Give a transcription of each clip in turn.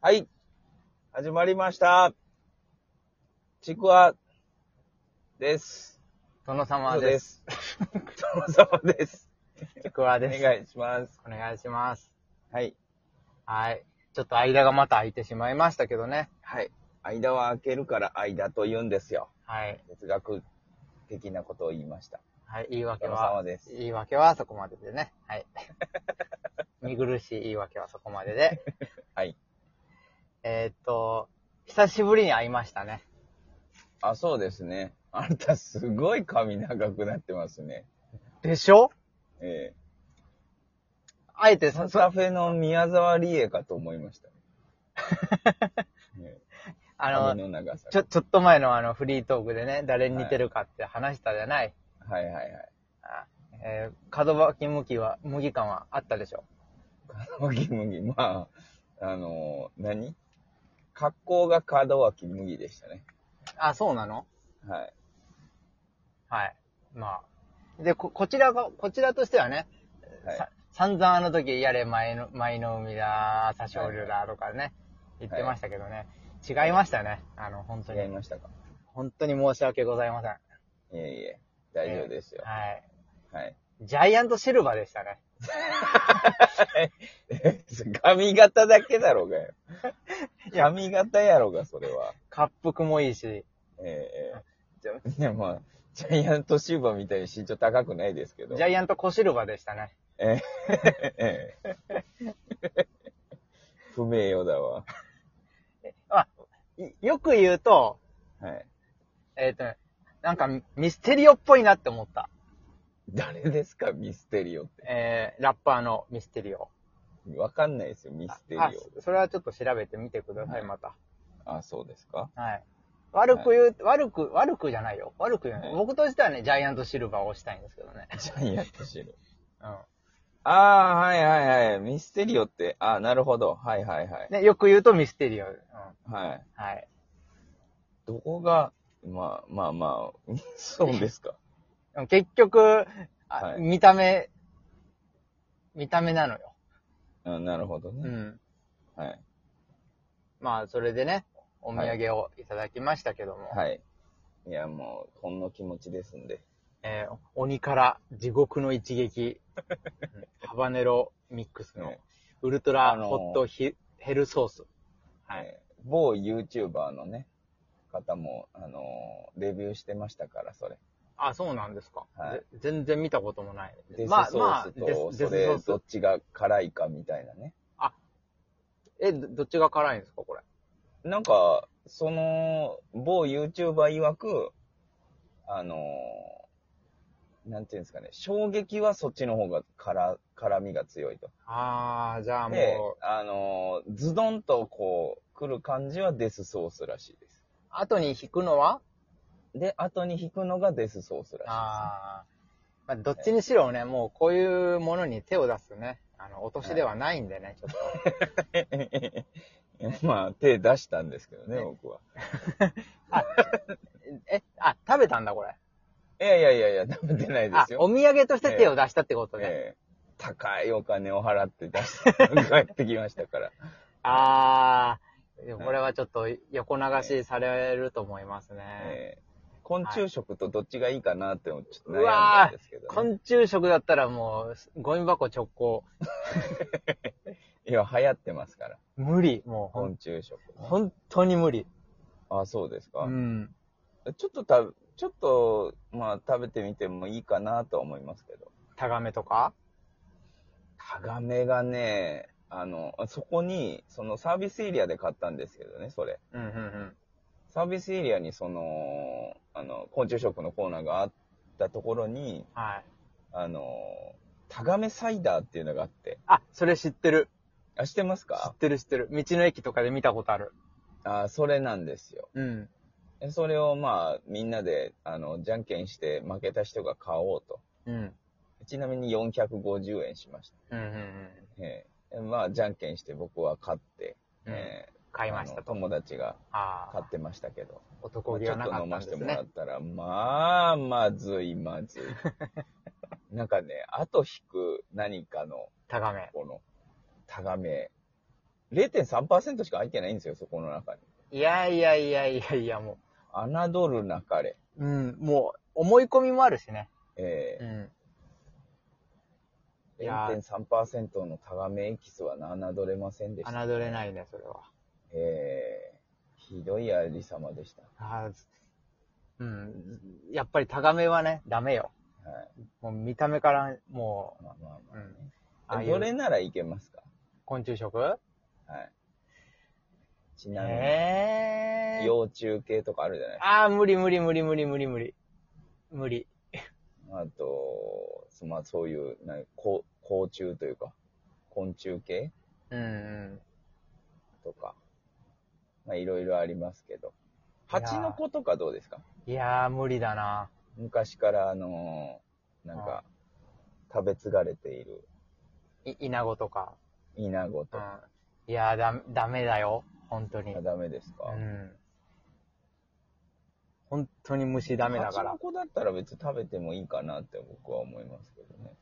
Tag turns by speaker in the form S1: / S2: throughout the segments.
S1: はい。始まりました。ちくわです。
S2: 殿様です。
S1: す。殿様です。
S2: ちくわ
S1: お
S2: です。
S1: 願いします。
S2: お願いします。
S1: はい。
S2: はい。ちょっと間がまた空いてしまいましたけどね。
S1: はい。間は空けるから間と言うんですよ。
S2: はい。
S1: 哲学的なことを言いました。
S2: はい。言い訳
S1: 殿
S2: は
S1: 様、です。
S2: 言い訳はそこまででね。 はい。見苦しい言い訳はそこまでで。
S1: はい。
S2: えーっと、久しぶりに会いましたね。
S1: あ、そうですね。あんたすごい髪長くなってますね。
S2: でしょ
S1: え
S2: あえて
S1: え
S2: さ、
S1: カフェの宮沢りえかと思いました。ね
S2: あ
S1: 髪
S2: の、
S1: の長さが。
S2: ちょ、ちょっと前のあのフリートークでね、誰に似てるかって話したじゃない。
S1: はいはいはい。
S2: あえー、門脇麦は、麦感はあったでしょ
S1: 麦麦。まあ、あの何格好が門脇麦でしたね。
S2: あ、そうなの
S1: はい。
S2: はい。まあ。で、こ、こちらが、こちらとしてはね、
S1: はい
S2: さ散々あの時、やれ、前の、前の海だ、朝青龍だ、とかね、言ってましたけどね、違いましたね。あの、本当
S1: 違い
S2: に、
S1: ましたか
S2: 本当に申し訳ございません。はい
S1: えいえ、大丈夫ですよ。
S2: い。
S1: はい。
S2: ジャイアントシルバーでしたね。
S1: 髪型だけだろうがよ。
S2: いや
S1: 髪型やろうが、それは。
S2: 滑覆もいいし、
S1: ええええ。じゃ、まあ、ジャイアントシューバーみたいに身長高くないですけど。
S2: ジャイアント小シルバーでしたね。
S1: ええ ええ。 不名誉だわ。
S2: まあ、いよく言うと、
S1: はい。
S2: えっ、とね、なんかミステリオっぽいなって思った。
S1: 誰ですか、ミステリオって。
S2: えー、ラッパーのミステリオ。
S1: わかんないですよ、ミステリオ。
S2: あそそれはちょっと調べてみてくださ
S1: はい
S2: い、また。
S1: あ、そうですか
S2: はい。悪く言う、悪く、悪くじゃないよ。悪く言う、
S1: はい
S2: 僕としてはね、ジャイアントシルバーをしたいんですけどね。
S1: ジャイアントシル。
S2: うん。
S1: ああ、はいはいはい。ミステリオって、ああ、なるほど。はいはいはい。
S2: ね、よく言うとミステリオ。うん。
S1: はい。
S2: はい。
S1: どこが、まあまあまあ、そうですか。
S2: でも結局、あ
S1: はい
S2: 見た目、見た目なのよ。
S1: あなるほど
S2: う
S1: ね。
S2: ん。
S1: はい。
S2: まあ、それでね、お土産をいただきましたけども、
S1: はい。いや、もう、ほんの気持ちですんで。
S2: えー鬼から地獄の一 撃、うんハバネロミックスの
S1: ね
S2: ウルトラホットヒヘルソース。はい
S1: えー某 YouTuber のね、方も、あのーレビューしてましたから、それ。
S2: あ、そうなんですか。
S1: はい
S2: ぜ全然見たこともない。
S1: デスソースと、それ、どっちが辛いかみたいなね。
S2: え、どどっちが辛いんですか、これ。
S1: なんか、その、某 YouTuber 曰く、あのーなんていうんですかね、衝撃はそっちの方が辛、辛みが強いと。
S2: あー、じゃあ
S1: で
S2: もう、、
S1: あのーズドンとこう、来る感じはデスソースらしいです。
S2: 後に引くのは
S1: で、後に引くのがデスソースらしいです、
S2: あー、まあ、どっちにしろね、もうこういうものに手を出すとね、あの、お年ではないんでね、ちょっと。
S1: まあ、手出したんですけどね、
S2: ね
S1: 僕は。
S2: え、あ、食べたんだ、これ。
S1: いやいやいやいや、食べてないで
S2: あ
S1: す、よ。
S2: お土産として手を出したってことね。
S1: ええ高いお金を払って出して、 帰ってきましたから。
S2: あー、でもこれはちょっと横流しされると思いますね。
S1: ええ昆虫食とどっちがいいかなってちょっと悩ん
S2: う
S1: だ
S2: わ
S1: ん
S2: ー
S1: ですけど、ね。
S2: 昆虫食だったらもう、ゴミ箱直行。
S1: いや、流行ってますから、
S2: 無理、もうほん
S1: 昆、虫食。
S2: 本当に無理。
S1: あ、そうですか。
S2: うん。
S1: ちょっとた、ちょっと、まあ、食べてみてもいいかなとは思いますけど。
S2: タガメとか
S1: タガメがね、あの、そこに、そのサービスエリアで買ったんですけどね、それ。
S2: うんうんうん。
S1: サービスエリアにその、あの、昆虫食のコーナーがあったところに、
S2: はい。
S1: あの、タガメサイダーっていうのがあって。
S2: あ、それ知ってる。
S1: あ、知ってます
S2: 知
S1: か
S2: ってる知ってる。道の駅とかで見たことある。
S1: あ、それなんですよ。
S2: うん。
S1: でそれをまあ、みんなで、あの、じゃんけんして負けた人が買おうと。
S2: うん。うん
S1: ちなみに450円しまし
S2: うんうん。
S1: た。ええでまあ、じゃんけんして僕は勝って、
S2: うん
S1: ええ
S2: 買いました
S1: あの
S2: と。
S1: 友達が
S2: あ
S1: 買
S2: あ
S1: っ。てましたけど、ま
S2: 男
S1: あ
S2: 気
S1: ちょ
S2: は
S1: っ
S2: な
S1: と
S2: か
S1: 飲
S2: った
S1: ま
S2: ん
S1: せ
S2: で
S1: て
S2: す
S1: もら
S2: ね
S1: っ。たら、まあ、まずい、まずい。 なんかね、後引く何かの、
S2: タガメ。
S1: この、タガメ、 0.3%しか入ってないんですよ、そこの中に。
S2: いやいやいやいやいや、も
S1: 侮るなかれ。
S2: う、うん、もう、思い込みもあるしね。
S1: え
S2: う
S1: え
S2: ん。いや
S1: 0.3%のタガメエキスは侮れませんでした。
S2: 侮れないね、それは。
S1: ええひどいありさまでした。
S2: あーずうん。やっぱりタガメはね、ダメよ。
S1: はい。
S2: もう見た目から、もう、
S1: まあまあまあね。
S2: ああい
S1: どれ
S2: う
S1: ならいけますか
S2: 昆虫食
S1: はい。ちなみに、
S2: ええー。
S1: 幼虫系とかあるじゃない
S2: ああ、無理無理無理無理無理無理。無理。
S1: あと、そまあそういう、なこう甲虫というか、昆虫系
S2: うんうん。
S1: とか、まあいろいろありますけど。蜂の子とかどうですか
S2: いやー、無理だな。
S1: 昔からあのーなんか、食べ継がれている
S2: い、イナゴとか。
S1: イナゴ
S2: う
S1: と
S2: ん
S1: か。。
S2: いやー、だ、ダメだよ。本当に。
S1: あ
S2: う
S1: ダメですか、
S2: ん。本当に虫ダメだか
S1: 蜂
S2: ら
S1: の。子だったら別に食べてもいいかなって僕は思いますけどね。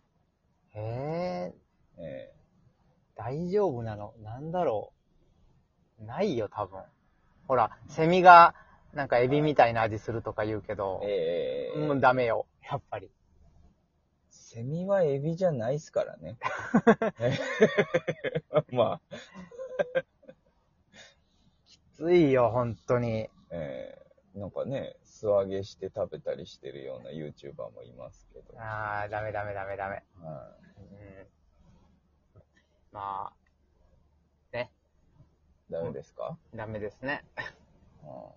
S2: ええ
S1: え
S2: ー、大丈夫なのなんだろう。ないよ、多分。ほら、セミが、なんかエビみたいな味するとか言うけど
S1: え、ええ
S2: もうダメよ、やっぱり。
S1: セミはエビじゃないっすから ね。まあ、
S2: きついよ、本当に。
S1: えーなんかね、素揚げして食べたりしてるような YouTuber もいますけど。
S2: あー、ダメダメダメダメ。
S1: は
S2: うんま
S1: い、ダメですか、
S2: あ、ダメですね。
S1: は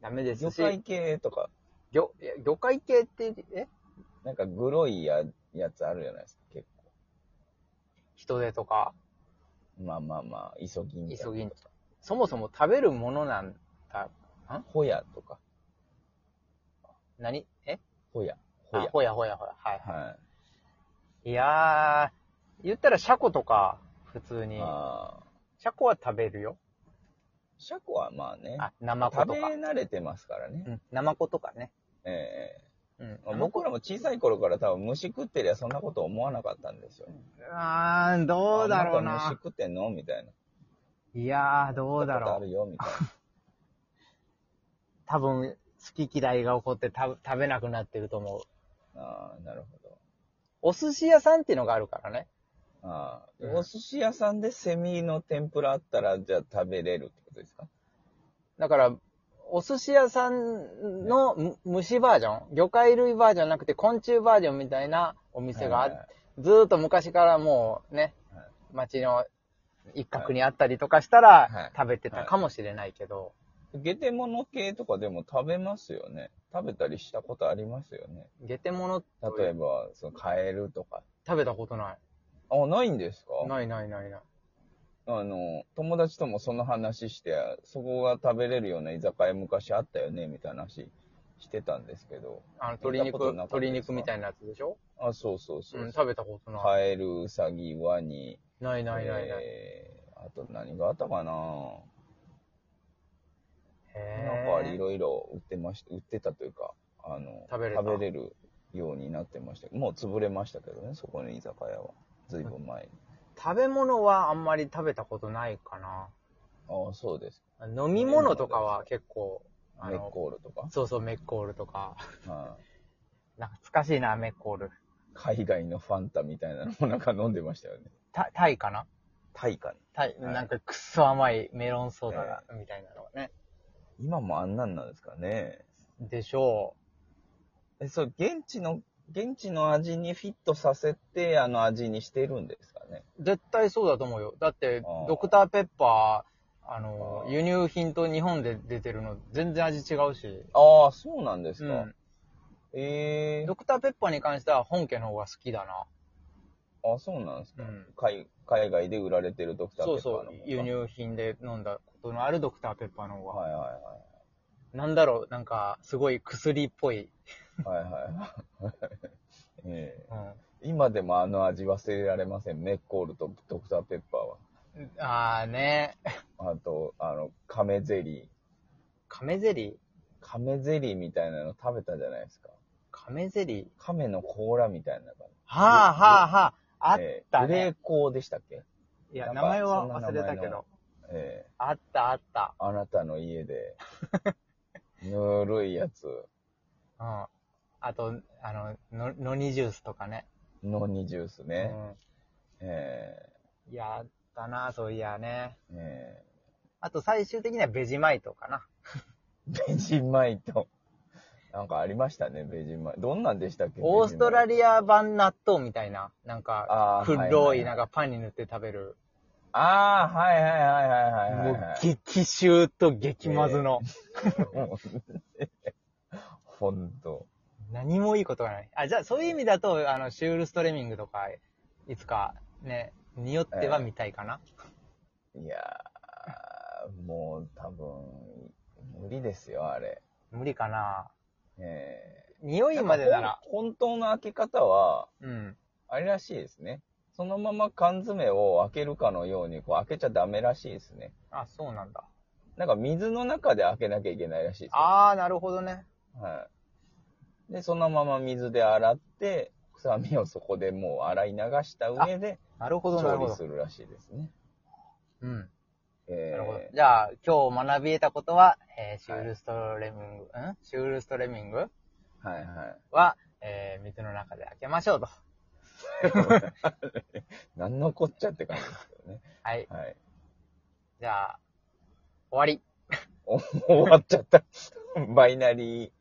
S2: ダメ
S1: い
S2: です
S1: 魚
S2: し、
S1: 介系とか、
S2: 魚いや魚介系って、え
S1: なんかグロいややつあるじゃないですか、結
S2: 人手とか、
S1: 構。まあまあまあ、イソギンチャ
S2: 急ぎんとか。そもそも食べるものなんだ。
S1: ホヤとか、
S2: 何え
S1: ホヤ、ホ
S2: あ
S1: ヤ。
S2: ほやほやほや。はいは。
S1: はい
S2: いやー、言ったらシャコとか、普通
S1: い。
S2: に。
S1: ああ、
S2: シャコは食べるよ。
S1: シャコはまあね、
S2: あ、ナマコ
S1: 食
S2: と
S1: べ
S2: か。
S1: 慣れてますからね。
S2: うん、ナマコとかね。
S1: ええ
S2: うん
S1: まあ。僕らも小さい頃から多分虫食ってりゃそんなこと思わなかったんですよね。
S2: あー、どうだろう
S1: あんた虫
S2: な。
S1: 食ってんのみたいな。
S2: いやー、どうだ
S1: ことあ
S2: ろう。
S1: るよ、みたい
S2: 多分、好き嫌いが起こってた食べなくなってると思う。
S1: な。ああ、なるほど。
S2: お寿司屋さんっていうのがあるからね。
S1: ああ、
S2: うん
S1: お寿司屋さんでセミの天ぷらあったら、じゃあ食べれるってことですか
S2: だから、お寿司屋さんのむ虫バージョン、魚介類バージョンなくて昆虫バージョンみたいなお店があ、
S1: はい
S2: ずーっと昔からもうね
S1: は、
S2: 街の一角にあったりとかしたら、
S1: はい
S2: 食べてたかもしれないけど、
S1: ゲテモノ系とかでも食べますよね。食べたりしたことありますよね。
S2: ゲテモノ
S1: 例えば、そのカエルとか。
S2: 食べたことない。
S1: あ、ないんですか
S2: ないないないない。
S1: あの、友達ともその話して、そこが食べれるような居酒屋昔あったよね、みたいな話してたんですけど。
S2: あの、鶏肉、
S1: 見たことなかったです
S2: 鶏肉みたいなやつでしょ
S1: あ、そうそうそうう。
S2: ん、食べたことない。
S1: カエル、ウサギ、ワニ。
S2: ないないないない。
S1: えーあと何があったかな
S2: へ
S1: なんか
S2: ー
S1: いろいろ売ってました、売ってたというか、あの、
S2: 食べれた
S1: るようになってましたもう潰れましたけどね、そこの居酒屋は。ずいぶん前に。
S2: 食べ物はあんまり食べたことないかな。
S1: ああ、そうです。
S2: 飲み物とかは結構、あ
S1: メッ
S2: の、
S1: コールとか。
S2: そうそう、メッコールとか。
S1: はい
S2: 懐かしいな、メッコール。
S1: 海外のファンタみたいなのもなんか飲んでましたよね。
S2: タタイかな
S1: タイかね。
S2: タイ、
S1: はい
S2: なんかくっそ甘いメロンソーダが、みたいなのがね。
S1: 今もあんなんなんですかね。
S2: でしょ
S1: え、そう、現地の、現地の味にフィットさせて、あの味にしてるんですかね。
S2: う。絶対そうだと思うよ。だって
S1: あー、
S2: ドクターペッパー、あの
S1: あ、ー
S2: 輸入品と日本で出てるの全然味違うし。
S1: ああ、そうなんです
S2: う
S1: か。
S2: ん。
S1: ええ
S2: ドクターペッパーに関しては本家の方が好きだな。
S1: あ、そうなんです
S2: う
S1: か。
S2: ん。
S1: 海海外で売られてるドクターペ
S2: そう
S1: ッパーの
S2: そう
S1: 方が。
S2: 輸入品で飲んだことのあるドクターペッパーの方が。
S1: はいは
S2: なんだろう、なんか、すごい薬っぽい。
S1: いはい。はいはいはい。え
S2: うん。
S1: え今でもあの味忘れられません。メッコールとドクターペッパ
S2: ああね、
S1: ーは。あと、あの、亀ゼリー。
S2: 亀ゼリー
S1: 亀ゼリーみたいなの食べたじゃないですか。
S2: 亀ゼリー
S1: 亀の甲羅みたいな感じ。
S2: はあはあはあ、あっ
S1: ええ
S2: た
S1: グレ
S2: ね
S1: ー。コーでしたっけ
S2: いや、
S1: なんか
S2: 名前は
S1: そんな
S2: 忘れたけ
S1: 名前の
S2: ど。あったあった。
S1: あなたの家 で。ぬるいやつ。
S2: うん。あと、あの、の、のにジュースとかね。
S1: のにジュース
S2: う
S1: ね。
S2: ん。
S1: え
S2: やったな、そういやね。
S1: ー、え
S2: あと最終的にはベジマイトかな。
S1: ー、ベジマイト。なんかありましたね、ベジマイト。どんなんでしたっけ
S2: オーストラリア版納豆みたいな、なん
S1: あ
S2: か、
S1: ー
S2: 黒い、
S1: はいはいは
S2: ないんかパンに塗って食べる。
S1: ああ、はいはいはいはいはい
S2: も
S1: はいうはい。
S2: 激臭と激まずの、
S1: ほんと。
S2: 何もいいことがない。あ、じゃあそういう意味だと、あの、シュールストレミングとか、いつかね、によっては見たいかな。
S1: いやー、もう多分、無理ですよ、あれ。
S2: 無理かな。
S1: え
S2: 匂
S1: ー
S2: いまでなら。
S1: ほん本当の開け方は、
S2: うん。
S1: あれらしいですね。そのまま缶詰を開けるかのように、こう開けちゃダメらしいですね。
S2: あ、そうなんだ。
S1: なんか水の中で開けなきゃいけないらしいですよ。
S2: あー、なるほどね。
S1: はい。で、そのまま水で洗って、臭みをそこでもう洗い流した上で、
S2: なるほど、な
S1: 調
S2: るほ
S1: 理
S2: ど
S1: す。るらしいですね。
S2: うん。
S1: え
S2: なるほど
S1: ー。
S2: じゃあ、今日学び得たことは、えーシュールストレミング、んシュールストレミング
S1: はいはい。
S2: は、えー水の中で開けましょうと。
S1: 何のこっちゃって感じですけどね。
S2: はい。
S1: はい。
S2: じゃあ、終わり。
S1: お終わっちゃった。バイナリー。